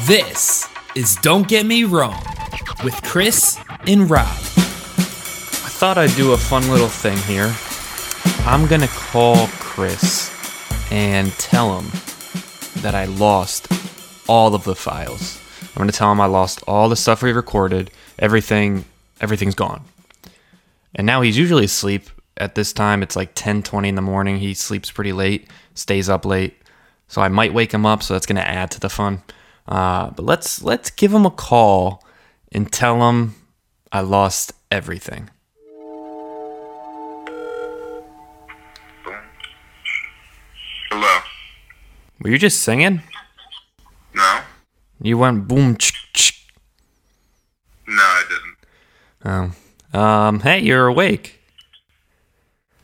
This is Don't Get Me Wrong with Chris and Rob. I thought I'd do a fun little thing here. I'm gonna call Chris and tell him that I lost all of the files. I'm gonna tell him I lost all the stuff we recorded. Everything, everything's gone. And now he's usually asleep at this time. It's like 10:20 in the morning. He sleeps pretty late, stays up late. So I might wake him up. So that's gonna add to the fun. Uh, but let's let's give him a call and tell him I lost everything. Hello. Were you just singing? No. You went boom. Ch- ch- No, I didn't. Oh. Um, hey, you're awake.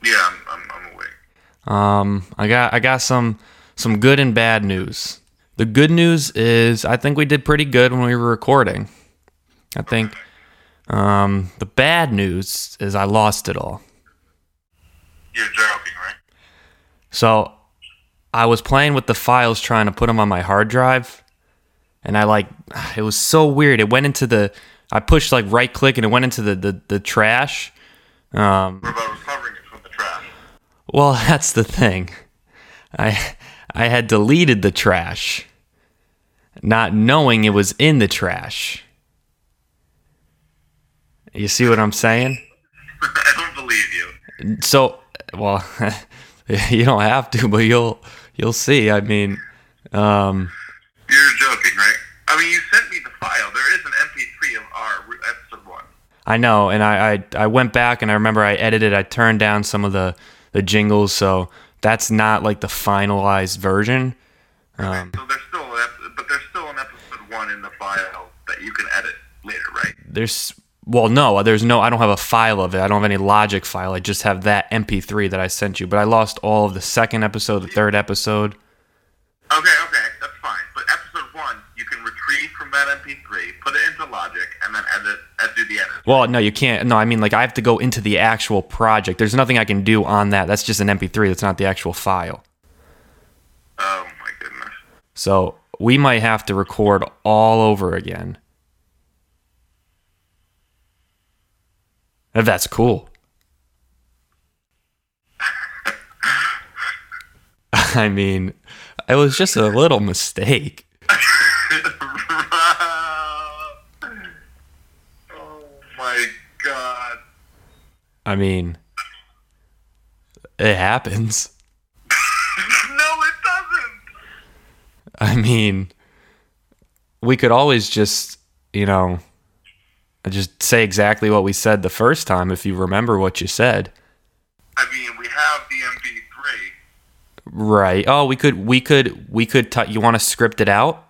Yeah, I'm, I'm, I'm awake. Um, I got I got some some good and bad news. The good news is I think we did pretty good when we were recording. I think. Um, the bad news is I lost it all. You're joking, right? So I was playing with the files trying to put them on my hard drive and I like it was so weird. It went into the I pushed like right click and it went into the the, the trash. Um What about recovering it from the trash? Well, that's the thing. I I had deleted the trash, not knowing it was in the trash. You see what I'm saying? I don't believe you. So, well, you don't have to, but you'll you'll see. I mean, um, You're joking, right? I mean, you sent me the file. There is an MP3 of our re- episode one. I know, and I, I I went back and I remember I edited. I turned down some of the the jingles, so that's not like the finalized version. Um, So there's still, an ep- but there's still an episode one in the file that you can edit later, right? there's well no there's no i don't have a file of it i don't have any logic file i just have that mp3 that i sent you but i lost all of the second episode the third episode Okay, okay, that's fine. But episode one, you can retrieve from that MP3, put it into Logic, and then edit, and do the edit. well no you can't no i mean like i have to go into the actual project there's nothing i can do on that that's just an mp3 that's not the actual file Oh my goodness. so we might have to record all over again if that's cool i mean it was just a little mistake oh my god. I mean, it happens. No, it doesn't. I mean, we could always just, you know, just say exactly what we said the first time if you remember what you said. I mean, we have the MP3. Right. Oh, we could, we could, we could, t- you want to script it out?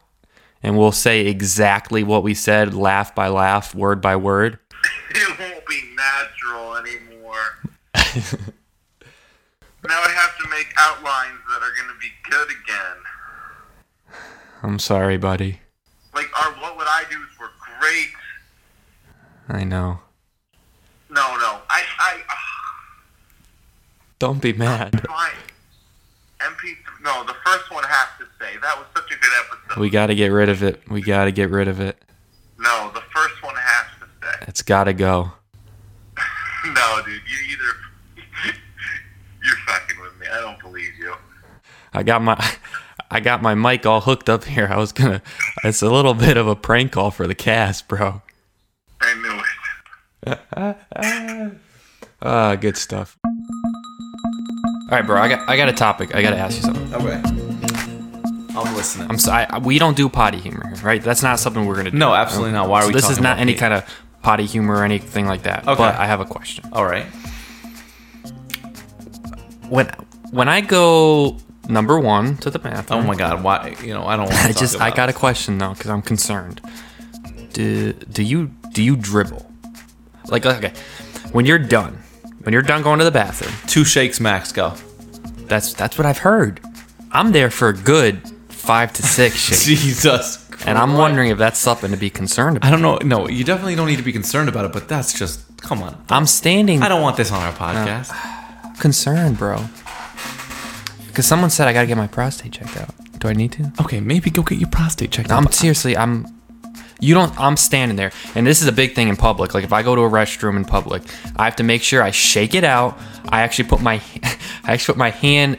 And we'll say exactly what we said, laugh by laugh, word by word. It won't be natural anymore. now I have to make outlines that are going to be good again. I'm sorry, buddy. Like, our What Would I Do's were great. I know. No, no. I, I, ugh, Don't be mad. fine. MP, no, the first one has to stay. That was such a good episode. We got to get rid of it. We got to get rid of it. No, the first one has to stay. It's got to go. No, dude, you either. You're fucking with me. I don't believe you. I got my I got my mic all hooked up here. I was gonna it's a little bit of a prank call for the cast, bro. I knew it. Ah, good stuff. Alright, bro, I got I got a topic. I gotta ask you something. Okay. I'm listening. I'm sorry we don't do potty humor, here, right? That's not something we're gonna do. No, absolutely not. Why are So we this is talking not about any me? kind of potty humor or anything like that. Okay. Oh. But I have a question. All right. When when I go number one to the bathroom, Oh my god. Why? You know, I don't. Want to I just I got a question though because I'm concerned. Do do you do you dribble? Like okay, when you're done, when you're done going to the bathroom, two shakes max. Go. that's that's what I've heard. I'm there for a good five to six shakes, Jesus. and I'm wondering if that's something to be concerned I about. don't know. No, you definitely don't need to be concerned about it. But that's just. Come on. I'm standing I don't want this on our podcast. concerned, bro. Because someone said I gotta get my prostate checked out. Do I need to? Okay, maybe go get your prostate checked. I'm out. seriously, I'm. You don't. I'm standing there, and this is a big thing in public. Like if I go to a restroom in public, I have to make sure I shake it out. I actually put my, I actually put my hand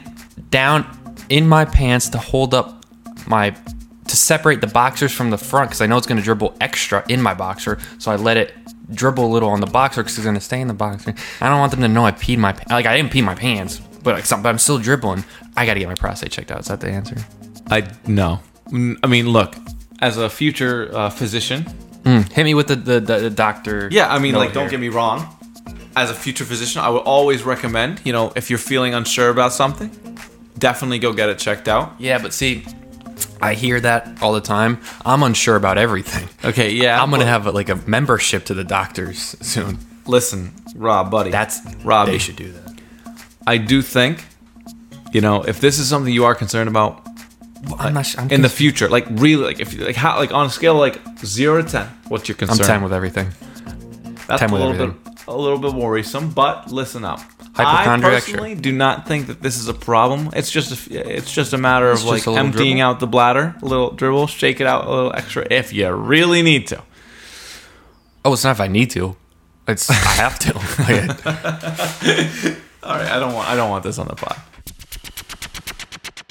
down in my pants to hold up my, to separate the boxers from the front because I know it's going to dribble extra in my boxer. So I let it dribble a little on the boxer because it's going to stay in the boxer. I don't want them to know I peed my pa- like I didn't pee my pants, but, like, some- but I'm still dribbling. I got to get my prostate checked out. Is that the answer? I no. Mm, I mean, look, as a future uh, physician, Hit me with the the, the, the doctor. yeah. I mean, note like, don't here. get me wrong. As a future physician, I would always recommend, you know, if you're feeling unsure about something, definitely go get it checked out. Yeah, but see, I hear that all the time. I'm unsure about everything. Okay, yeah. I'm gonna well, have like a membership to the doctors soon. listen, Rob, buddy. That's Rob. They should do that. I do think, you know, if this is something you are concerned about I'm not. sure. I'm, in the cons- future, like really, like if you like how, like on a scale of like zero to ten, what's your I'm concern? time with everything. That's 10 a with little everything. bit, a little bit worrisome. But listen up. I Hypochondriac, sure. personally do not think that this is a problem. It's just a, f- it's just a matter It's of just like a little emptying dribble. out the bladder, a little dribble, shake it out a little extra if you really need to. Oh, it's not if I need to. It's I have to. Like, I- All right, I don't want I don't want this on the pod.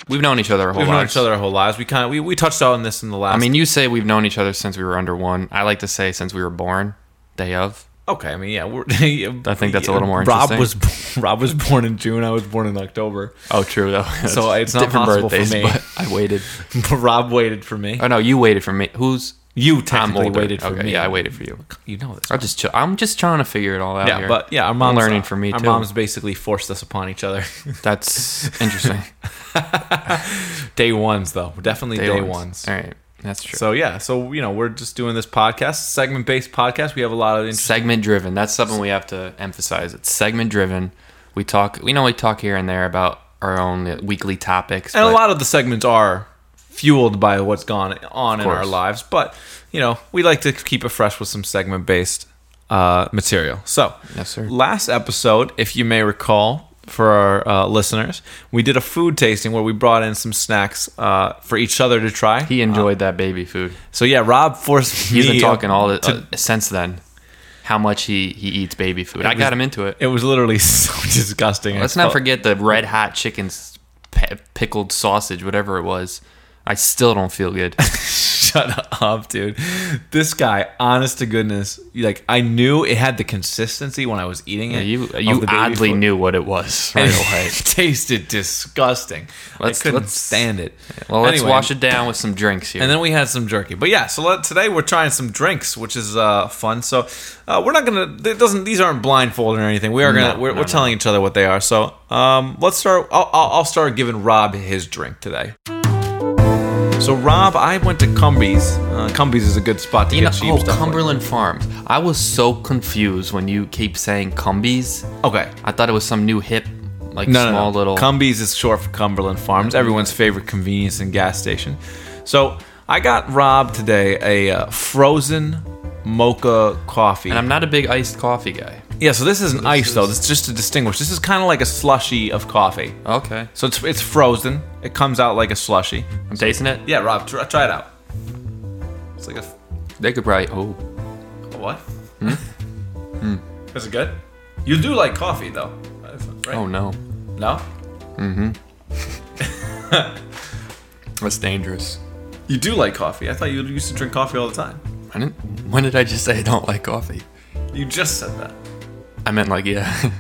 we've known each other our whole We've known lives. each other our whole lives. We kind of we, we touched on this in the last. I mean, you say we've known each other since we were under one. I like to say since we were born, day of. Okay, I mean, yeah, we're, I think that's a little more Rob interesting. was Rob was born in June. I was born in October. Oh, true though. So it's not different possible for birthdays, me. but I waited. But Rob waited for me. Oh no, you waited for me. Who's You I'm technically older. waited for okay, me. Yeah, I waited for you. You know this. I'm just chill. I'm just trying to figure it all out. yeah, here. but yeah, our I'm moms learning from me Our too. moms basically forced us upon each other. That's interesting. day ones, though, definitely day, ones. All right, that's true. So yeah, so you know, we're just doing this podcast, segment based podcast. We have a lot of interesting. segment driven. That's something we have to emphasize. It's segment driven. We talk. We know we talk here and there about our own weekly topics. and a but lot of the segments are fueled by what's gone on in our course. lives but you know we like to keep it fresh with some segment based uh, material so Yes, sir. last episode if you may recall for our uh, listeners we did a food tasting where we brought in some snacks uh, for each other to try He enjoyed Uh, that baby food. so yeah rob forced He's me been talking all the, to- uh, since then. How much he he eats baby food. I got him into it. it was literally so disgusting Let's I not felt- forget the red hot chicken s- pe- pickled sausage, whatever it was. I still don't feel good. Shut up, dude. This guy, honest to goodness, like I knew it had the consistency when I was eating it. You of you the baby oddly foot. knew what it was right And away. it tasted disgusting. Let's- I couldn't let's- stand it. Well, let's Anyway, wash it down with some drinks here. And then we had some jerky. But yeah, so let, today we're trying some drinks, which is uh, fun. So uh, we're not gonna. It doesn't. These aren't blindfolded or anything. We are gonna. No, we're no, we're no. telling each other what they are. So um, let's start. I'll, I'll, I'll start giving Rob his drink today. So Rob, I went to Cumbies. Uh, Cumbies is a good spot to you know, get cheap oh, stuff. like- Cumberland Farms. I was so confused when you keep saying Cumbies. Okay. I thought it was some new hip, like Oh. No, small no, no. little. Cumbies is short for Cumberland Farms, everyone's favorite convenience and gas station. So I got Rob today a uh, frozen mocha coffee. and I'm not a big iced coffee guy. yeah, so this isn't ice though. This is just to distinguish. This is kind of like a slushy of coffee. Okay, So it's it's frozen. It comes out like a slushy. I'm tasting it. Yeah, Rob, try, try it out. It's like a They could probably. Oh, a what? Hmm? Is it good? You do like coffee though, right? oh no, No, that's dangerous. you do like coffee. I thought you used to drink coffee all the time. I didn't. When did I just say I don't like coffee? You just said that. I meant like yeah,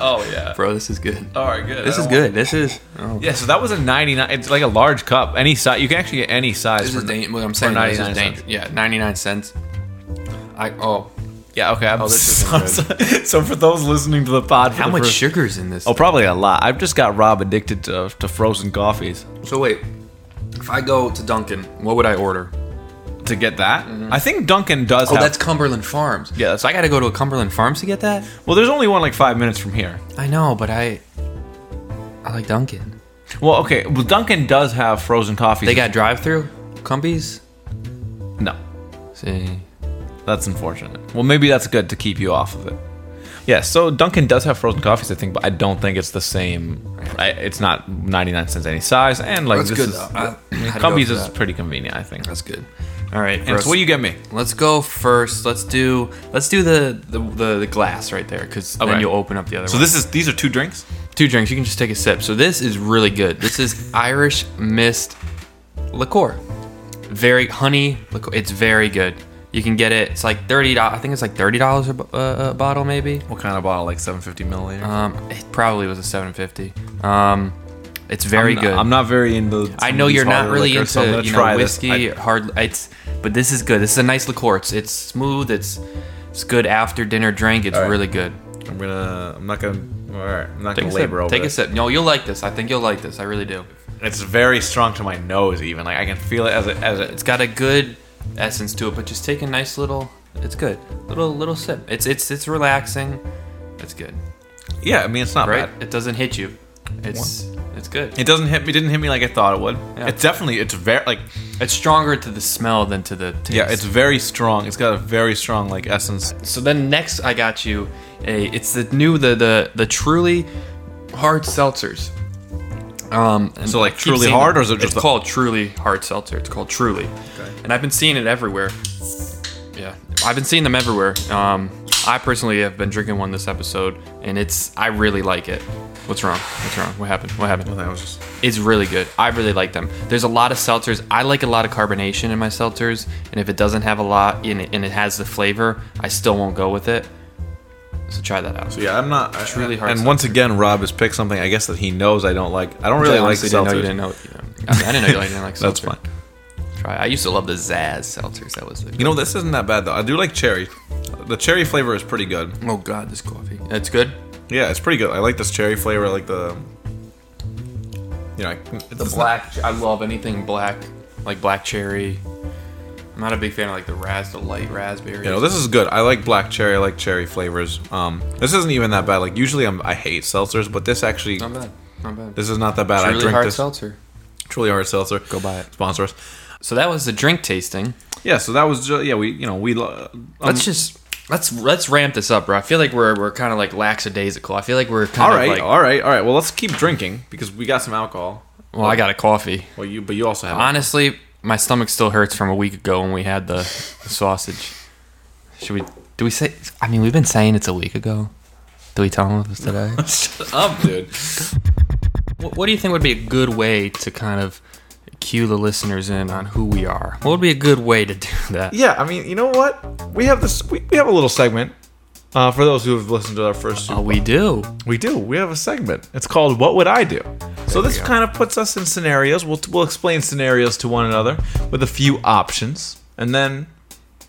oh yeah. bro. This is good. All right, good. This I is don't good. This is. Oh. want- Yeah, so that was a 99. It's like a large cup. Any size. You can actually get any size. This for is n- dan- what I'm saying. This is 99 dangerous. cents. Yeah, 99 cents. I oh, Yeah, okay. I'm, this so, isn't so for those listening to the pod, for how the much first- sugar's in this? Oh, probably a lot. I've just got Rob addicted to, to frozen coffees. So wait, if I go to Duncan, what would I order? To get that, I think Duncan does Oh, have. that's Cumberland Farms. Yeah, that's- so I got to go to a Cumberland Farms to get that. well, there's only one like five minutes from here. I know, but I, I like Duncan. Well, okay. Well, Duncan does have frozen coffees. They got drive-through Cumbies. no. See, That's unfortunate. Well, maybe that's good to keep you off of it. Yeah, so Dunkin' does have frozen coffees, I think, but I don't think it's the same. I, it's not 99 cents any size, and like That's this good, is though. I- I had to go Cumbies for is that. pretty convenient, I think. That's good. All right. And first- so what do you get me? Let's go first. Let's do let's do the the, the, the glass right there because Okay. then you'll open up the other. So one. this is these are two drinks. two drinks. You can just take a sip. So this is really good. This is Irish mist liqueur. Very honey liqueur. It's very good. You can get it. It's like thirty dollars. I think it's like thirty dollars a, bo- uh, a bottle, maybe. What kind of bottle? Like 750 milliliters. Um, it probably was a seven fifty. Um, it's very good. I'm not very into. I know you're not solid really liquor, into so I'm gonna you try know, this. whiskey, I- hard. It's but this is good. This is a nice liqueur. It's, it's smooth. It's it's good after dinner drink. It's All right. really good. I'm gonna. I'm not gonna. All right. I'm not Take a gonna labor sip. over Take a this. sip. No, you'll like this. I think you'll like this. I really do. It's very strong to my nose. Even like I can feel it as it as it. It's got a good essence to it, but just take a nice little. It's good. Little little sip. It's it's it's relaxing. It's good, Yeah, I mean it's not right? bad. It doesn't hit you. It's it's good. It doesn't hit me. Didn't hit me like I thought it would. Yeah. It's definitely. It's very like. It's stronger to the smell than to the taste. Yeah, it's very strong. It's got a very strong like essence. So then next I got you a it's the new the the the truly hard seltzers. Um and So, like, I keep Truly seeing Hard, them. or is it just it's the- called truly hard seltzer. It's called truly. And I've been seeing it everywhere. Yeah. I've been seeing them everywhere. Um I personally have been drinking one this episode and it's I really like it. What's wrong? What's wrong? What happened? What happened? That was just. It's really good. I really like them. There's a lot of seltzers. I like a lot of carbonation in my seltzers, and if it doesn't have a lot in it and it has the flavor, I still won't go with it. So try that out. So yeah, I'm not. It's really hard And seltzer. once again, Rob has picked something. I guess that he knows I don't like. I don't really I like honestly didn't know seltzers. you didn't know. I, mean, I didn't know you didn't like That's seltzer. fine. Try. I used to love the Zazz seltzers. That was the. You know this isn't that bad though. I do like cherry. The cherry flavor is pretty good. oh God, this coffee. That's good. Yeah, it's pretty good. I like this cherry flavor. I like the. You know, I- it's, The it's not- black. I love anything black, like black cherry. I'm not a big fan of like the ras, the light raspberry. You know, this is good. I like black cherry. I like cherry flavors. Um, this isn't even that bad. Like usually, I'm I hate seltzers, but this actually, not bad. Not bad. this is not that bad. I Truly drink hard this seltzer. truly hard seltzer. Go buy it. Sponsor us. So that was the drink tasting. Yeah. So that was just yeah. We you know we. lo- Um, let's just let's let's ramp this up, bro. I feel like we're we're kind of like lackadaisical. I feel like we're All kind right. of like all right. All right. Well, let's keep drinking because we got some alcohol. well, I got a coffee. Well, you but you also have. Honestly, my stomach still hurts from a week ago when we had the, the sausage. Should we? Do we say? I mean, we've been saying it's a week ago. Do we tell them it was today? Shut up, dude. what, what do you think would be a good way to kind of cue the listeners in on who we are? What would be a good way to do that? Yeah, I mean, you know what? We have this. We, we have a little segment. Uh, for those who have listened to our first, Oh, we do. we do. We have a segment. It's called "What Would I Do." So this go. kind of puts us in scenarios. We'll we'll explain scenarios to one another with a few options, and then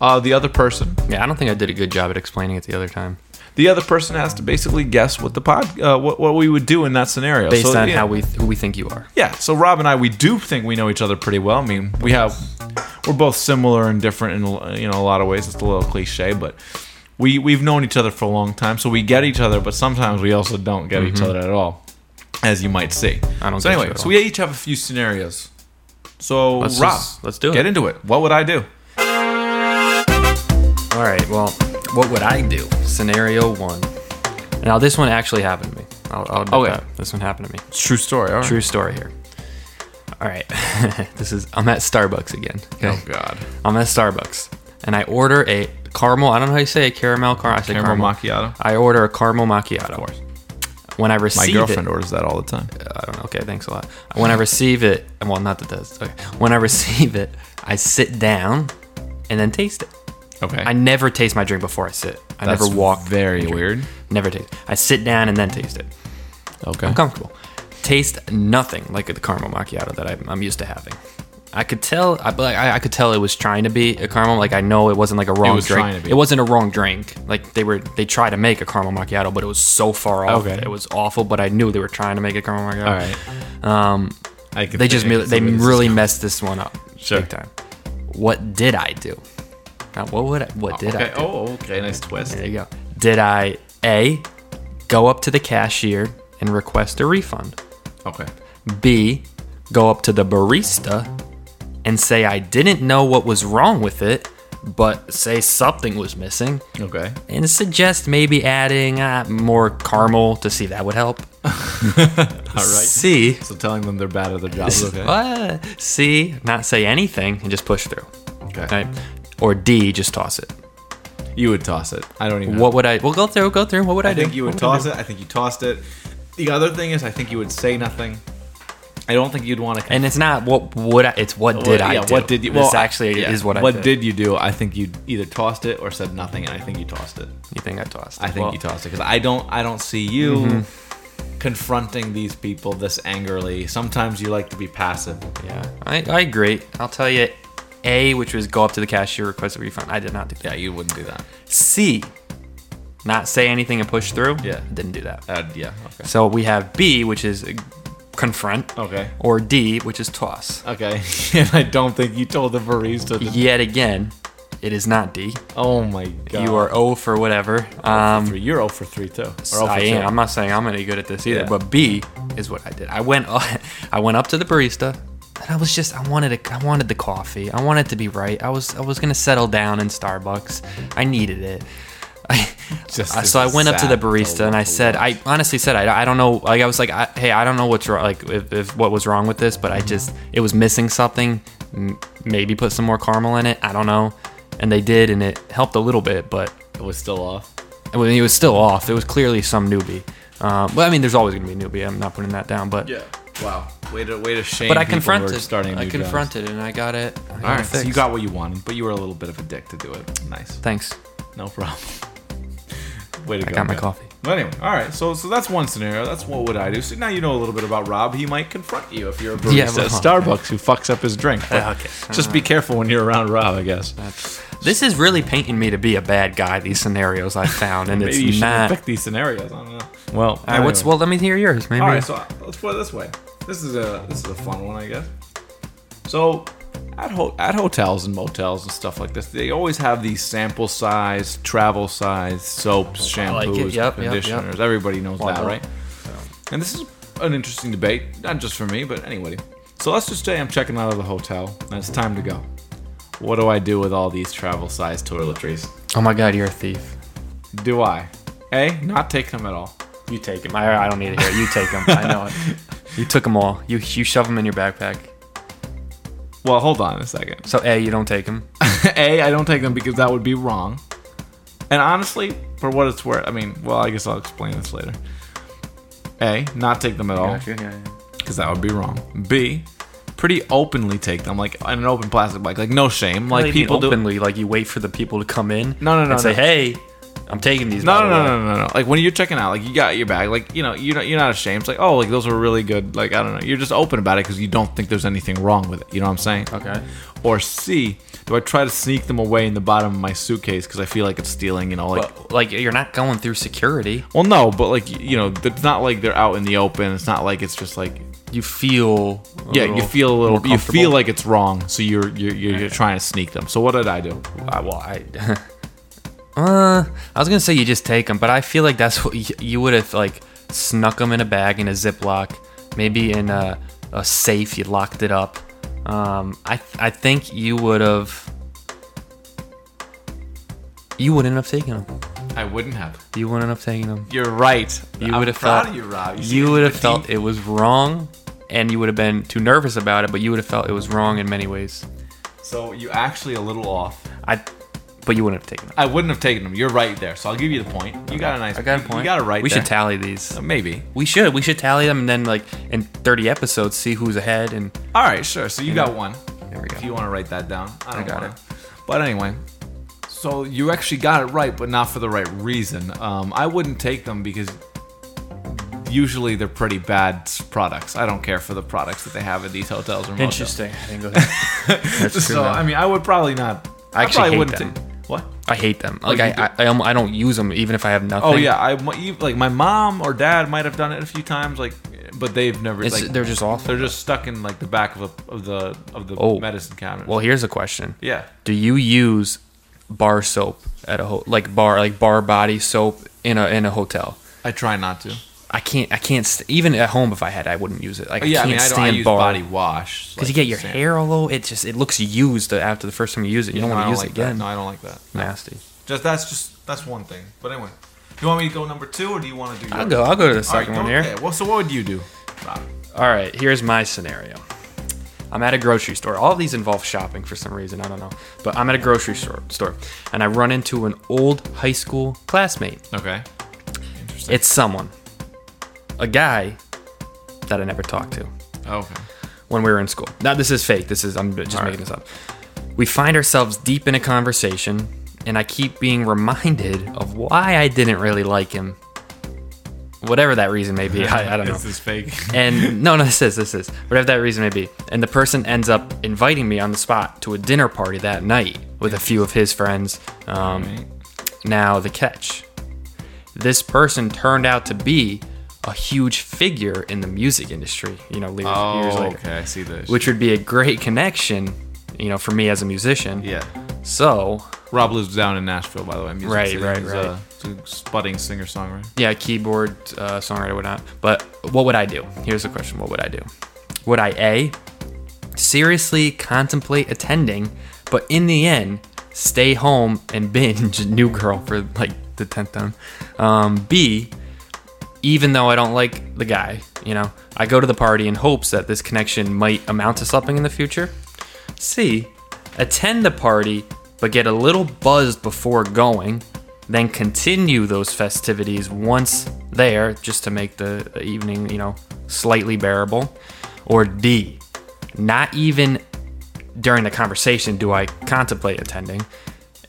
uh, the other person, Yeah, I don't think I did a good job at explaining it the other time. the other person has to basically guess what the pod, uh, what what we would do in that scenario. Based So, on yeah. how we who we think you are. Yeah, so Rob and I, we do think we know each other pretty well. I mean, we have, we're both similar and different in you know a lot of ways. It's a little cliche, but we we've known each other for a long time, so we get each other. But sometimes we also don't get each other at all, as you might see. Mm-hmm. I don't So get you anyway, at so all. we each have a few scenarios. So Let's Rob, just- let's do it. Get into it. What would I do? All right. Well, what would I do? Scenario one. Now this one actually happened to me. I'll, I'll admit Okay. that. This one happened to me. It's true story. All right. True story here. All right. this is I'm at Starbucks again. Okay. Oh God. I'm at Starbucks and I order a caramel. I don't know how you say it. Caramel car. I say Caramel caramel, macchiato. I order a caramel macchiato. Of course. When I My receive girlfriend it, orders that all the time. I don't know. Okay, thanks a lot. When I receive it, well, not that does. Okay. When I receive it, I sit down and then taste it. Okay. I never taste my drink before I sit. I That's never walk. Very and drink. weird. Never taste. I sit down and then taste it. Okay. I'm comfortable. Taste nothing like the caramel macchiato that I'm, I'm used to having. I could tell. I like. I, I could tell it was trying to be a caramel. Like I know it wasn't like a wrong was drink. trying to be. It wasn't a wrong drink. Like they were. They tried to make a caramel macchiato, but it was so far off. Okay. It was awful. But I knew they were trying to make a caramel macchiato. All right. Um, I could they just. I me- could They see where this is really messed this one up. Sure. Big time. What did I do? Now, what would I, what did I okay. do? Oh, okay. Nice twist. There you go. Did I A, go up to the cashier and request a refund? Okay. B, go up to the barista and say I didn't know what was wrong with it, but say something was missing Okay. and suggest maybe adding uh, more caramel to see if that would help. All right. C. So telling them they're bad at their job. is Okay. Uh, C. Not say anything and just push through. Okay. Right? Or D. Just toss it. You would toss it. I don't even. know. What would I? Well, go through. Go through. What would I, I do? think you would What I toss do? it. I think you tossed it. The other thing is, I think you would say nothing. I don't think you'd want to. And it's not what would I? It's what did I yeah, do? What did you? This well, I- actually yeah. is what I What did. you do? I think you either tossed it or said nothing, and I think you tossed it. you think I tossed? I think Well, Mm-hmm. you tossed it because I don't. I don't see you confronting these people this angrily. Sometimes you like to be passive. Yeah, I, I agree. I'll tell you, A, which was go up to the cashier, request a refund. I did not do that. Yeah, you wouldn't do that. C, not say anything and push through. Yeah. didn't do that. Uh, yeah. Okay. So we have B, which is confront. Okay. Or D, which is toss. Okay. and I don't think you told the barista. To, Yet again, it is not D. Oh my god. You are O for whatever. Um, Three. You're 0 for three too. Or 0 for I two. am. I'm not saying I'm any good at this either, Yeah. but B is what I did. I went, up, I went up to the barista, and I was just, I wanted, a, I wanted the coffee. I wanted to be right. I was, I was gonna settle down in Starbucks. I needed it. I, Just I- as so I went up to the sad barista and I to said, I honestly said, I, I don't know. Like I was like, I, hey, I don't know what's wrong. Like if, if what was wrong with this, but I just, it was missing something. M- Maybe put some more caramel in it. I don't know. And they did, and it helped a little bit, but It was still off. I mean, it was still off. It was clearly some newbie. Um, well, I mean, there's always gonna be a newbie. I'm not putting that down, but Wow. Way to way to shame. but I people who are confronted. Starting I new jobs. confronted and I got it. I got All it right. So you fixed. got what you wanted, but you were a little bit of a dick to do it. Nice. Thanks. No problem. Way to I go. got my man. coffee. But anyway, all right. So so that's one scenario. That's what would I do. So now you know a little bit about Rob. He might confront you if you're a barista Yeah, at well, Starbucks who fucks up his drink. But okay. Just be careful when you're around Rob, I guess. This is really painting me to be a bad guy. These scenarios I found, and Maybe you it's should not. pick these scenarios. I don't know. Well, all right. All right, what's well? Let me hear yours. Maybe. All right, so let's put it this way. This is a this is a fun one, I guess. So, at ho- at hotels and motels and stuff like this, they always have these sample size, travel size soaps, like it. shampoos, Yep, yep, yep. conditioners. Everybody knows that, Wow. right? And this is an interesting debate, not just for me, but anybody. So let's just say I'm checking out of the hotel and it's time to go. What do I do with all these travel size toiletries? oh my God, you're a thief. Do I a not take them at all? You take them. I, I don't need to hear it. You take them. I know it. You took them all. You you shove them in your backpack. Well, hold on a second. So a you don't take them. A, I don't take them because that would be wrong. And honestly, for what it's worth, I mean, well, I guess I'll explain this later. A, not take them at all because that would be wrong. B, pretty openly take them, like in an open plastic bag, like no shame, like people do. openly like you wait for the people to come in. No, no, no, And say no. hey, I'm taking these. No, by no, the no, way." no, no, no. Like when you're checking out, like you got your bag, like you know, you're not, you're not ashamed. It's like, oh, like those were really good. Like I don't know, you're just open about it because you don't think there's anything wrong with it. You know what I'm saying? Okay. Or C, do I try to sneak them away in the bottom of my suitcase because I feel like it's stealing? You know, like But, like you're not going through security. Well, no, but like y- you know, it's not like they're out in the open. It's not like it's just like You feel. a yeah, you little feel a little, more you feel comfortable. like it's wrong, so you're you're you're, you're trying to sneak them. So what did I do? Uh, well, I. uh, I was gonna say you just take them, but I feel like that's what you, you would have like snuck them in a bag in a Ziploc, maybe in a, a safe. You locked it up. Um, I I think you would have. You wouldn't have taken them. I wouldn't have. You wouldn't have taken them. You're right. You I'm would have proud felt of you, Rob. you would have felt it was wrong, and you would have been too nervous about it. But you would have felt it was wrong in many ways. so you actually a little off. I, but you wouldn't have taken them. I wouldn't have taken them. You're right there. So I'll give you the point. You got a nice. I got a you- point. You got it right. We should there. tally these. Maybe. We should. We should tally them and then like in 30 episodes see who's ahead and All right, sure. So you got one. There we go. If you want to write that down, I, don't got wanna. it. But anyway, so you actually got it right, but not for the right reason. Um, I wouldn't take them because usually they're pretty bad s- products. I don't care for the products that they have at these hotels or motels. I didn't go there. That's true. So though. I mean, I would probably not. I, actually probably hate wouldn't them. take. What? I hate them. Like Oh, you I, I, I, almo- I don't use them even if I have nothing. Oh yeah, I my- you- like my mom or dad might have done it a few times, like, but they've never. It's, like, they're just awful. they're just stuck in like the back of, a, of the of the Oh. medicine cabinet. Well, here's a question. yeah. Do you use bar soap at a ho- like bar like bar body soap in a in a hotel? I try not to. I can't. I can't. St- even at home, if I had, I wouldn't use it. Like I yeah, I can't mean, I, don't, I stand use bar body wash because you like get your sand. hair all over. It just it looks used after the first time you use it. You don't No, want I to use like it again. That. No, I don't like that. Nasty. Just that's just that's one thing. But anyway, you want me to go number two, or do you want to do? I'll yours? go. I'll go to the All right, second go- one here. Okay. Well, so what would you do? Rob? All right, here's my scenario. I'm at a grocery store. All of these involve shopping for some reason. I don't know. But I'm at a grocery store, store and I run into an old high school classmate. Okay. Interesting. It's someone, a guy that I never talked to Oh, okay. when we were in school. Now, this is fake. This is, I'm just making this up. We find ourselves deep in a conversation, and I keep being reminded of why I didn't really like him. Whatever that reason may be, I, I don't know. This is fake. And no, no, this is this is whatever that reason may be. And the person ends up inviting me on the spot to a dinner party that night with a few of his friends. Um, now the catch: this person turned out to be a huge figure in the music industry. You know, years, years oh, later, okay. I see this. which would be a great connection. You know, for me as a musician. yeah. So Rob lives down in Nashville, by the way. Music Right, City. right, He's right. a- he's a spudding singer songwriter. yeah, keyboard, uh, songwriter, whatnot. But what would I do? Here's the question: What would I do? Would I a seriously contemplate attending, but in the end, stay home and binge New Girl for like the tenth time? Um, B, even though I don't like the guy, you know, I go to the party in hopes that this connection might amount to something in the future. C, attend the party but get a little buzzed before going, then continue those festivities once there just to make the the evening, you know, slightly bearable. Or D, not even during the conversation do I contemplate attending.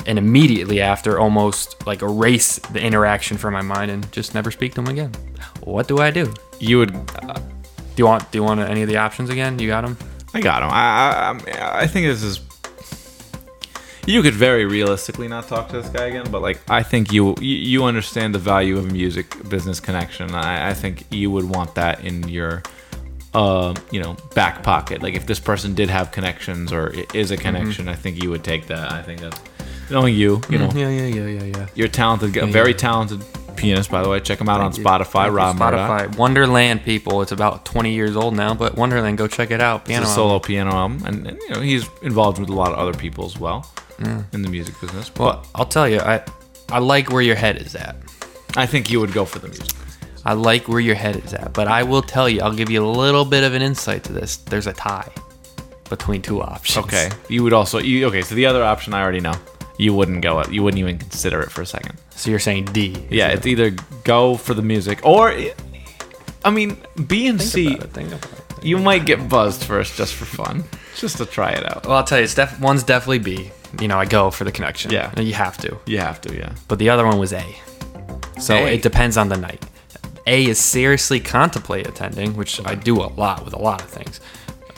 And immediately after, almost like erase the interaction from my mind and just never speak to him again. What do I do? Do You would. you want? Do you want any of the options again? You got them? I got him. I, I, I- I think this is. You could very realistically not talk to this guy again, but like I think you you, you understand the value of music business connection. I, I think you would want that in your, uh, you know, back pocket. Like if this person did have connections or i- is a connection, I think you would take that. I think that's knowing you, you know, Mm-hmm. Mm, Yeah, yeah, yeah, yeah, yeah. you're a talented, guy, very talented pianist. By the way, check him out on Spotify. Rob Murdoch. Spotify. Wonderland people. It's about 20 years old now, but Wonderland, go check it out. Piano It's a album. solo piano album, and, and, you know he's involved with a lot of other people as well in the music business. But Mm. Well, I'll tell you, I I like where your head is at. I think you would go for the music. I like where your head is at, but I will tell you, I'll give you a little bit of an insight to this. There's a tie between two options. Okay, you would also you okay. So the other option I already know, you wouldn't go it. You wouldn't even consider it for a second. So you're saying D. Yeah, it's either go for the music or, I mean, B and C. You might get buzzed first just for fun, just to try it out. Well, I'll tell you, it's def- one's definitely B. You know, I go for the connection. Yeah. You have to. You have to, yeah. But the other one was A. So A. it depends on the night. A is seriously contemplate attending, which I do a lot with a lot of things.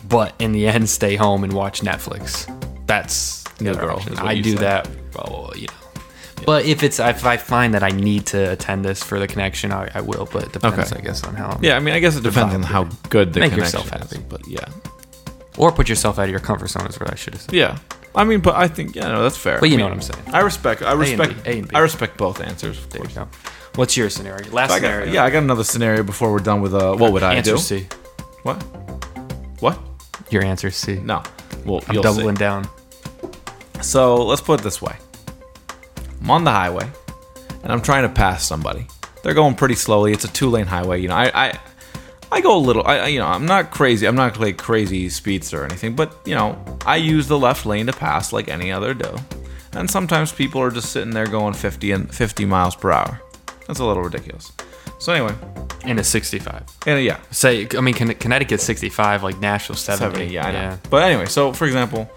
But in the end, stay home and watch Netflix. That's New the other Girl, option. is what I you do said. that. Well, you know. But if it's if I find that I need to attend this for the connection, I, I will. But it depends, I Okay. guess, on how. I'm, Yeah, I mean, I guess it depends on how good the Make connection yourself is, happy. but yeah, Or put yourself out of your comfort zone is what I should have said. Yeah. I mean, but I think yeah, no, that's fair. But you I know mean, what I'm saying. I respect. I and B, respect. A and B. I respect both answers. Of There you course. go. What's your scenario? Last I scenario. got, yeah, I got another scenario before we're done with uh, what would I Answer do? C. What? What? Your answer is C. No. Well, I'm you'll see. doubling down. So let's put it this way: I'm on the highway, and I'm trying to pass somebody. They're going pretty slowly. It's a two-lane highway. You know, I, I, I go a little. I, I- you know, I'm not crazy. I'm not like crazy speedster or anything. But you know, I use the left lane to pass like any other do. And sometimes people are just sitting there going 50 and 50 miles per hour. That's a little ridiculous. So anyway, And a 65. and yeah, Say, I mean, Conne- Connecticut's 65, like Nashville 70. 70 yeah, I know. But anyway, so for example,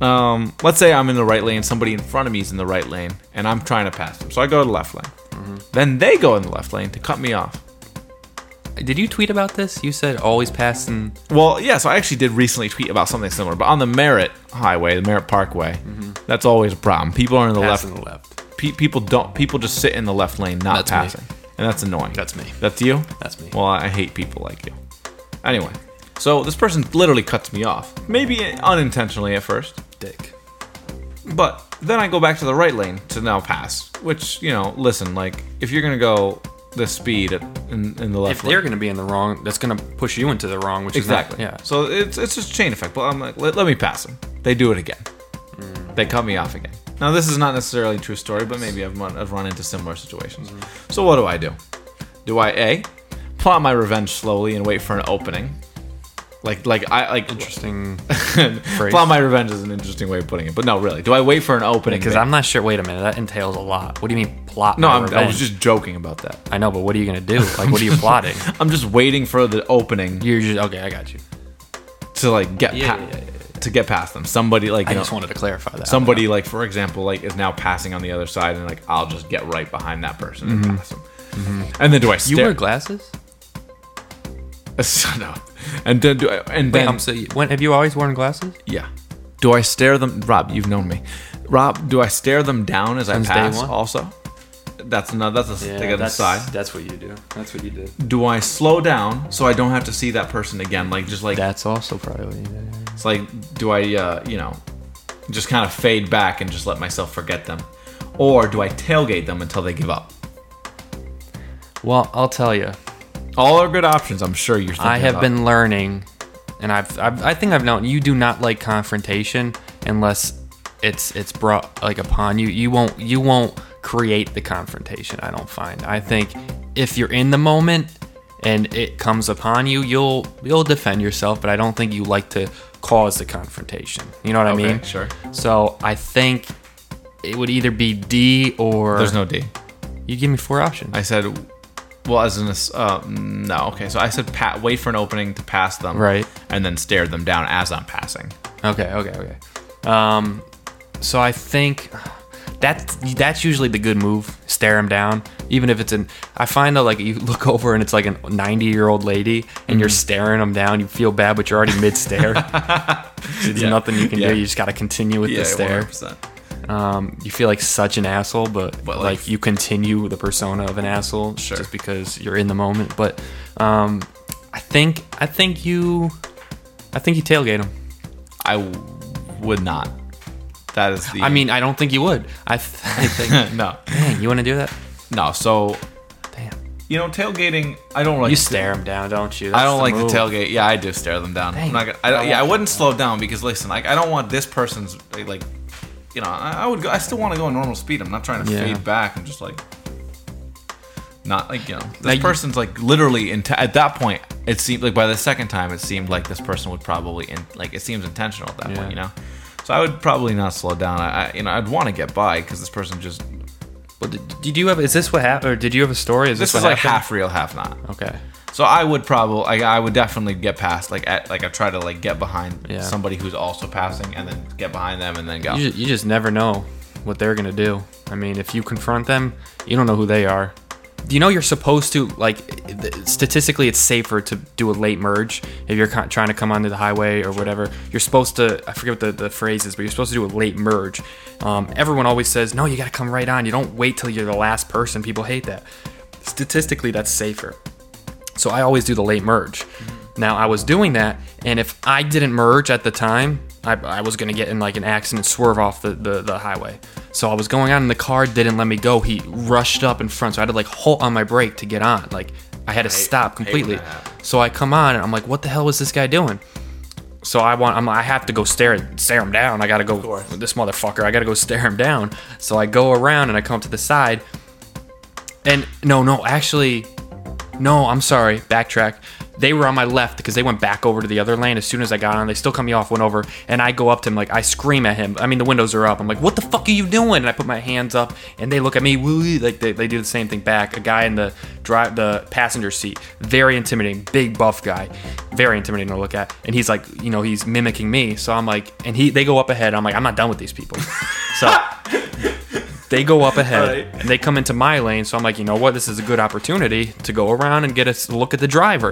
um, let's say I'm in the right lane, somebody in front of me is in the right lane, and I'm trying to pass them. So I go to the left lane. Mm-hmm. Then they go in the left lane to cut me off. Did you tweet about this? You said always passing. Well, yeah, so I actually did recently tweet about something similar, but on the Merritt Highway, the Merritt Parkway, that's always a problem. People are in the Mm-hmm. Passing left. the left. Pe- people don't. People just sit in the left lane, not That's me. passing, and that's annoying. That's me. That's you. That's me. Well, I hate people like you. Anyway, so this person literally cuts me off, maybe unintentionally at first. Dick. But then I go back to the right lane to now pass, which, you know, listen, like, if you're going to go the speed at, in, in the left if leg. they're going to be in the wrong, that's going to push you into the wrong, which Exactly. is not, yeah. So it's it's just chain effect. But I'm like, let, let me pass them. They do it again. Mm. They cut me off again. Now this is not necessarily a true story, but maybe I've run, I've run into similar situations. Mm-hmm. So what do I do? Do I a plot my revenge slowly and wait for an opening? Like like I like interesting plot my revenge is an interesting way of putting it, but no, really. Do I wait for an opening? because ba- I'm not sure. Wait a minute, that entails a lot. What do you mean plot? no, my I'm, I was revenge? just joking about that. I know, but what are you going to do? Like, what are you plotting? I'm just waiting for the opening You're just okay. I got you. to like get Yeah, pa- yeah, yeah, to get past them. Somebody like I you know, just wanted to clarify that. somebody like for example like is now passing on the other side and like I'll just get right behind that person and pass them. And then do I Mm-hmm. you stare? wear glasses? no. And then do I, and Wait, then I'm so. When have you always worn glasses? yeah. Do I stare them? Rob, you've known me. Rob, do I stare them down as I Since day pass? one? Also, that's another. That's a thing on the side. That's what you do. That's what you did. Do I slow down so I don't have to see that person again? Like just like That's also probably what you did. It's like, do I, uh, you know, just kind of fade back and just let myself forget them? Or do I tailgate them until they give up? Well, I'll tell you. All are good options, I'm sure you're thinking. I have about. been learning, and I've, I've I think I've known you do not like confrontation unless it's it's brought like upon you. You won't you won't create the confrontation. I don't find. I think if you're in the moment and it comes upon you, you'll you'll defend yourself. But I don't think you like to cause the confrontation. You know what Okay, I mean? sure. So I think it would either be D or There's no D. You give me four options. I said, well, as in this, uh, no, okay. So I said, pat, wait for an opening to pass them. Right. And then stare them down as I'm passing. Okay, okay, okay. Um, so I think that's that's usually the good move. Stare him down, even if it's an. I find that like you look over and it's like a ninety year old lady, and Mm-hmm. you're staring them down. You feel bad, but you're already mid stare. There's Yeah. nothing you can Yeah. do. You just gotta continue with the stare. 100%. Um, you feel like such an asshole, but, But, like- like, you continue the persona of an asshole Sure. just because you're in the moment. But um, I think I think you, I think you tailgate him. I w- would not. That is the. I mean, I don't think you would. I, th- I think. no. Dang, you want to do that? No. So, Damn. you know, tailgating, I don't like You to- stare him down, don't you? I That's don't like move. the tailgate. Yeah, I do stare them down. Dang. I'm not gonna, I, don't- yeah, I wouldn't slow down because listen, like I don't want this person's like, like, you know, I, I would go. I still want to go normal speed. I'm not trying to Yeah. fade back. I'm just like, not like you know, this Now you- person's like literally in at that point. It seemed like by the second time, it seemed like this person would probably in, like it seems intentional at that Yeah. point, you know. So I would probably not slow down. I, I you know, I'd want to get by because this person just Well, did, did you have? Is this what happened? Or did you have a story? Is this this, was what like happened? half real, half not. Okay. So I would probably, like, I would definitely get past, like, at, like I try to like get behind Yeah. somebody who's also passing, and then get behind them, and then go. You just, you just never know what they're gonna do. I mean, if you confront them, you don't know who they are. Do You know, you're supposed to like. th- Statistically, it's safer to do a late merge if you're co- trying to come onto the highway or whatever. You're supposed to. I forget what the, the phrase is, but you're supposed to do a late merge. Um, everyone always says, "No, you got to come right on. You don't wait till you're the last person." People hate that. Statistically, that's safer. So I always do the late merge. Now I was doing that, and if I didn't merge at the time, I, I was gonna get in like an accident, swerve off the, the, the highway. So I was going on, and the car didn't let me go. He rushed up in front, so I had to like halt on my brake to get on. Like I had to stop hate when completely. that happens. So I come on, and I'm like, what the hell was this guy doing? So I want, I'm, I have to go stare at- stare him down. I gotta go this motherfucker. I gotta go stare him down. So I go around and I come up to the side, and no, no, actually, no, I'm sorry. Backtrack. They were on my left because they went back over to the other lane. As soon as I got on, they still cut me off, went over, and I go up to him like I scream at him. I mean, the windows are up. I'm like, "What the fuck are you doing?" And I put my hands up, and they look at me. Woo, like they, they do the same thing back. A guy in the drive, the passenger seat, very intimidating, big buff guy, very intimidating to look at. And he's like, you know, he's mimicking me. So I'm like, and he they go up ahead. I'm like, I'm not done with these people. So they go up ahead Alright. and they come into my lane. So I'm like, you know what? This is a good opportunity to go around and get a s- look at the driver.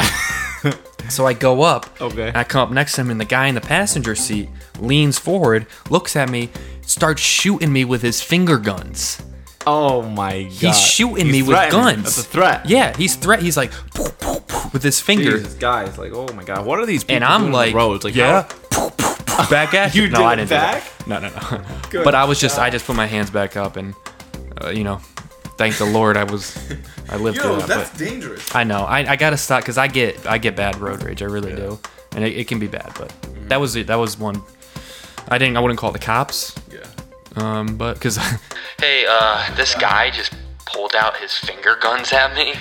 so I go up. Okay. And I come up next to him, and the guy in the passenger seat leans forward, looks at me, starts shooting me with his finger guns. oh my god! He's shooting me with guns. Yeah, he's threat. He's like "Poof, poof, poof," with his finger. Jesus, guys, like, oh my god, what are these? People And I'm doing like, on the roads, like, yeah, how- Poof, poof, poof, back at You you. no, did I it didn't back? do that. No, no, no. Good but I was just, job. I just put my hands back up, and uh, you know, thank the Lord I was I lived through Yo, that. that's but- dangerous. I know. I, I gotta stop because I get I get bad road rage. I really do, and it, it can be bad. But Mm-hmm. that was it. That was one. I didn't. I wouldn't call the cops. Yeah. Um, but because Hey, uh, this guy just pulled out his finger guns at me.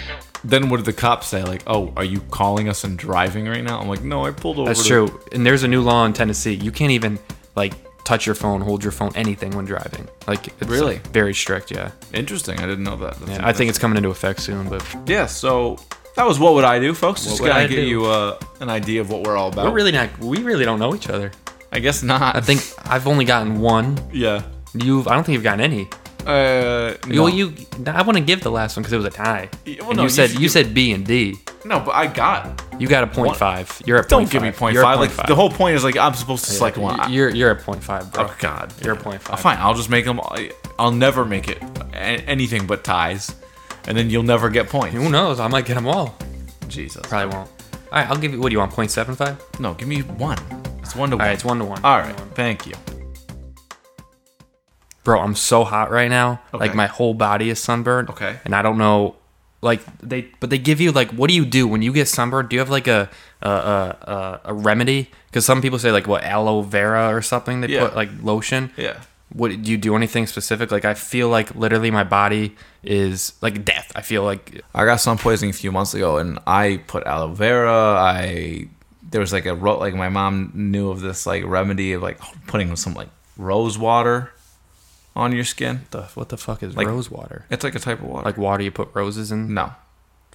Then what did the cops say? Like, oh, are you calling us and driving right now? I'm like, no, I pulled over. that's to- true. And there's a new law in Tennessee. You can't even like touch your phone, hold your phone, anything when driving. Like it's Really? very strict. Yeah. Interesting. I didn't know that. That's And I think it's coming into effect soon. But Yeah, so that was what would I do, folks? Just Would gotta I give Do? you uh, an idea of what we're all about. we're really not. We really don't know each other. I guess not. I think I've only gotten one. yeah. You've. I don't think you've gotten any. Uh, no. Well, you. I wouldn't give the last one because it was a tie. Yeah, well, and no, you you said should you, give- said B and D. no, but I got. You got a point One. five. You're at Don't point give me five. point You're at five. Like point the whole point is like I'm supposed to select Yeah, one. I- You're you're at point five, bro. oh God, You're at point Oh, five. fine, I'll just make them. I'll never make it a- anything but ties, and then you'll never get points. Who knows? I might get them all. Jesus. Probably won't. All right, I'll give you. What do you want? Point seven five. All No, give me one. It's one to one. right, it's one to one. All right, thank you. bro. I'm so hot right now. Okay. Like my whole body is sunburned. Okay. and I don't know. Like they, but they give you like, what do you do when you get sunburned? Do you have like a a a, a, a remedy? Because some people say like what aloe vera or something. They Yeah. put like lotion. Yeah. What do you do? Anything specific? Like I feel like literally my body is like death. I feel like I got sun poisoning a few months ago, and I put aloe vera. I there was like a ro- like my mom knew of this like remedy of like putting some like rose water on your skin. the what the fuck is Like- rose water? It's like a type of water. Like water you put roses in? no,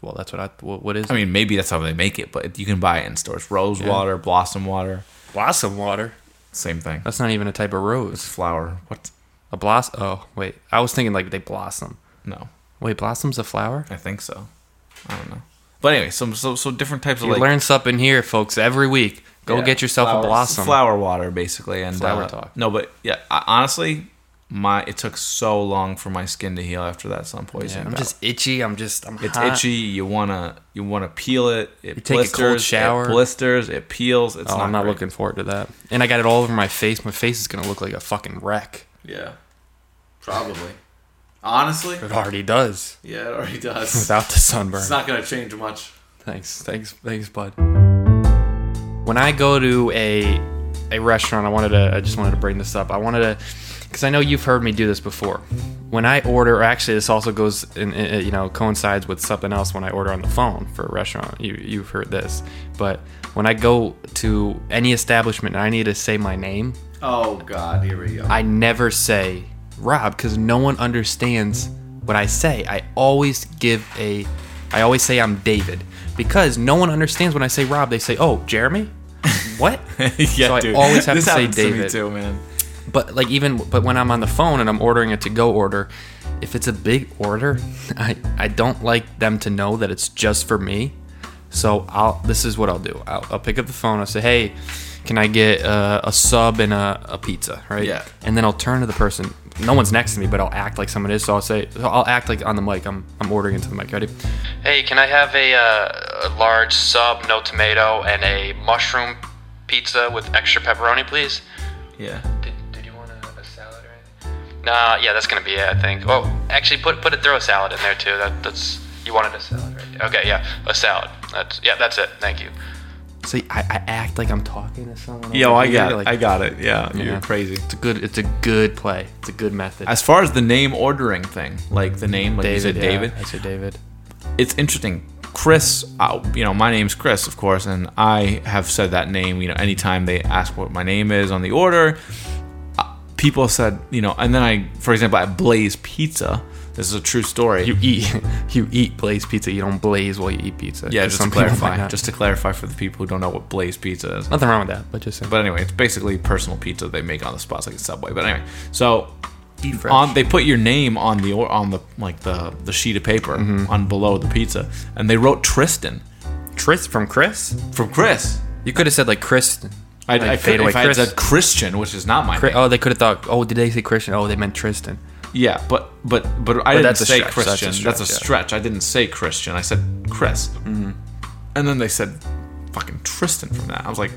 Well, that's what I. What, what is? I mean maybe that's how they make it, but you can buy it in stores. Rose water, blossom water, blossom water. same thing. That's not even a type of rose. flower. What? A blossom. Oh wait, I was thinking like they blossom. No, Wait, blossom's a flower? I think so. I don't know. But anyway, some so so different types of You like learn something here, folks, every week. Go Yeah, get yourself flowers- a blossom. flower water basically and Flower uh, talk. no but yeah I, honestly my it took so long for my skin to heal after that sun Yeah, poisoning I'm bout. just itchy. I'm just. I'm it's hot. itchy you want to you want to peel it it You take a cold blisters shower. it blisters it peels it's Oh, not I'm not great. looking forward to that. And I got it all over my face. My face is gonna look like a fucking wreck. Yeah. Probably. Honestly, It already does yeah, it already does. without the sunburn. it's not gonna change much. Thanks, thanks, thanks, bud. When I go to a a restaurant, I wanted to. I just wanted to bring this up. I wanted to, because I know you've heard me do this before. When I order, or actually, this also goes in, in- in- you know coincides with something else when I order on the phone for a restaurant. You you've heard this, but when I go to any establishment and I need to say my name, Oh God, here we go. I never say Rob because no one understands what I say. I always give a, I always say I'm David because no one understands when I say Rob. They say, oh, Jeremy? What? yeah So I dude always have this to say happens to me David. too man but like even, but when I'm on the phone and I'm ordering a to go order, if it's a big order, I, I don't like them to know that it's just for me. So I'll, this is what I'll do. I'll, I'll pick up the phone. I'll say, hey, can I get uh, a sub and a, a pizza, right? Yeah. And then I'll turn to the person. No one's next to me, but I'll act like someone is. So I'll say, so I'll act like on the mic. I'm, I'm ordering into the mic. Ready? Hey, can I have a, uh, a large sub, no tomato, and a mushroom pizza with extra pepperoni, please? yeah Did, did you want a, a salad or anything? Nah, Uh, yeah, that's gonna be it, I think. Oh, actually, put put it throw a salad in there too. That that's you wanted a salad, right? Okay, yeah, a salad. That's yeah, that's it. Thank you. So I, I act like I'm talking to someone. yo over i here, got it like- i got it yeah, Yeah. you're crazy It's a good. It's a good play. It's a good method. as far as the name ordering thing like the name like you said yeah, david I said David. it's interesting. Chris, uh, you know, my name's Chris, of course, and I have said that name, you know, anytime they ask what my name is on the order, uh, people said, you know, and then I, for example, at Blaze Pizza, this is a true story. You eat. You eat Blaze pizza. You don't blaze while you eat pizza. yeah, 'Cause just some to people might clarify, not- just to clarify for the people who don't know what Blaze Pizza is. nothing wrong with that. But just saying. But anyway, it's basically personal pizza they make on the spots like a Subway. But anyway, so eat fresh. on they put your name on the or on the like the the sheet of paper Mm-hmm. on below the pizza, and they wrote Tristan Tris from Chris. from Chris. You could have said like Chris. I, Like I fade could, away if I had Chris. said Christian, which is not my Chri- name. Oh, they could have thought. Oh, did they say Christian? Oh, they meant Tristan. Yeah, but but but I didn't that's a say stretch, that's a Christian. That's a stretch. stretch, yeah. Mm-hmm. I didn't say Christian. I said Chris. And then they said fucking Tristan from that. I was like,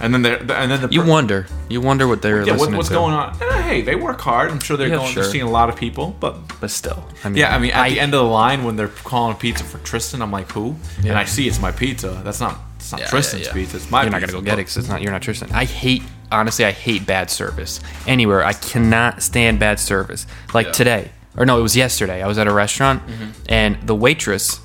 and then they're and then the You per- wonder. You wonder what they're yeah, what, listening what's to. going on? Eh, hey, they work hard. I'm sure they're Yeah, going. sure. They're seeing a lot of people, but But still, I mean, yeah, I mean, at the end of the line when they're calling pizza for Tristan, I'm like, who? And I see it's my pizza. That's not. It's not Yeah, yeah, Tristan's yeah. pizza. It's my. you're not pizza. gonna go get it because it's not. You're not Tristan. I hate. Honestly, I hate bad service anywhere. I cannot stand bad service. Like today, or no, it was yesterday. I was at a restaurant, and the waitress,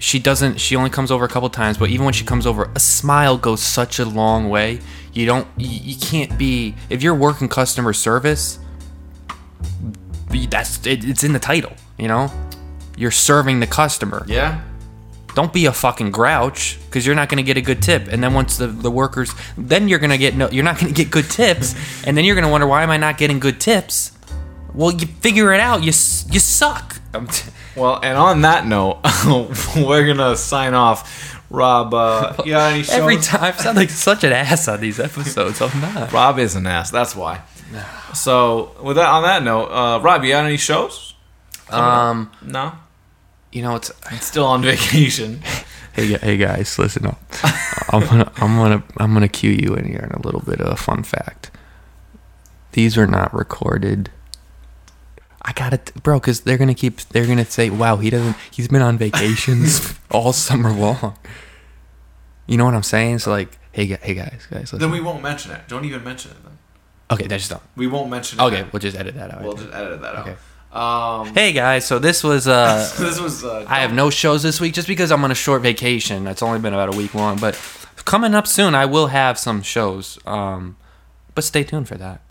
she doesn't. She only comes over a couple times, but even when she comes over, a smile goes such a long way. You don't. You, you can't be. If you're working customer service, be- that's it, it's in the title. You know, you're serving the customer Yeah. don't be a fucking grouch because you're not going to get a good tip and then once the, the workers then you're going to get no you're not going to get good tips and then you're going to wonder why am i not getting good tips well you figure it out you s- you suck I'm t- Well, and on that note, we're gonna sign off. Rob, uh, yeah, any shows? every time i sound like such an ass on these episodes i'm not Rob is an ass. That's why. So, with that, on that note, uh, Rob, you got any shows? um No, you know it's still on vacation. hey gu- hey guys listen up i'm gonna i'm gonna i'm gonna cue you in here in a little bit of a fun fact these are not recorded I gotta, t- bro, because they're gonna keep, they're gonna say, wow, he doesn't, he's been on vacations all summer long. You know what I'm saying? So like, hey, gu- hey guys, guys, Then listen. we won't mention it. Don't even mention it. Then okay, that's just dumb. we won't mention it. Okay, we'll just edit that out. we'll just edit that Okay. out. Um, hey guys, so this was, uh, this was. Uh, I have no shows this week just because I'm on a short vacation. It's only been about a week long, but coming up soon, I will have some shows. Um, but stay tuned for that.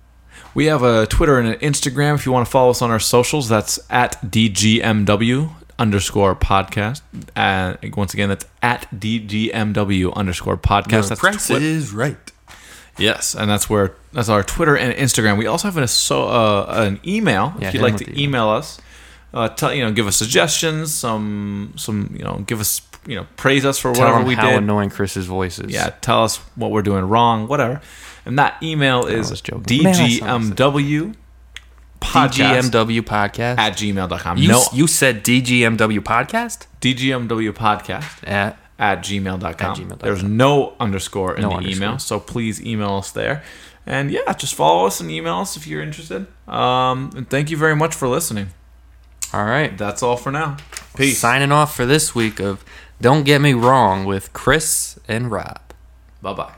We have a Twitter and an Instagram. If you want to follow us on our socials, that's at DGMW underscore podcast. Uh, once again, that's at DGMW underscore podcast. That's Twi- is right. yes, and that's where that's our Twitter and Instagram. We also have an, so, uh, an email Yeah, if hit you'd like them with to the email us. Uh, tell you know, give us suggestions. Some some you know, give us you know, praise us for Tell whatever them we how did. annoying Chris's voice is. Yeah, tell us what we're doing wrong, whatever. And that email is was joking. Man, I saw this. DGMW podcast DGMW podcast. at gmail.com. You, no, you said DGMW podcast DGMW podcast at at gmail.com. At gmail.com. There's no underscore in No the underscore. email, so please email us there. And yeah, just follow us and email us if you're interested. Um, and thank you very much for listening. all right. That's all for now. Peace. Signing off for this week of Don't Get Me Wrong with Chris and Rob. Bye bye.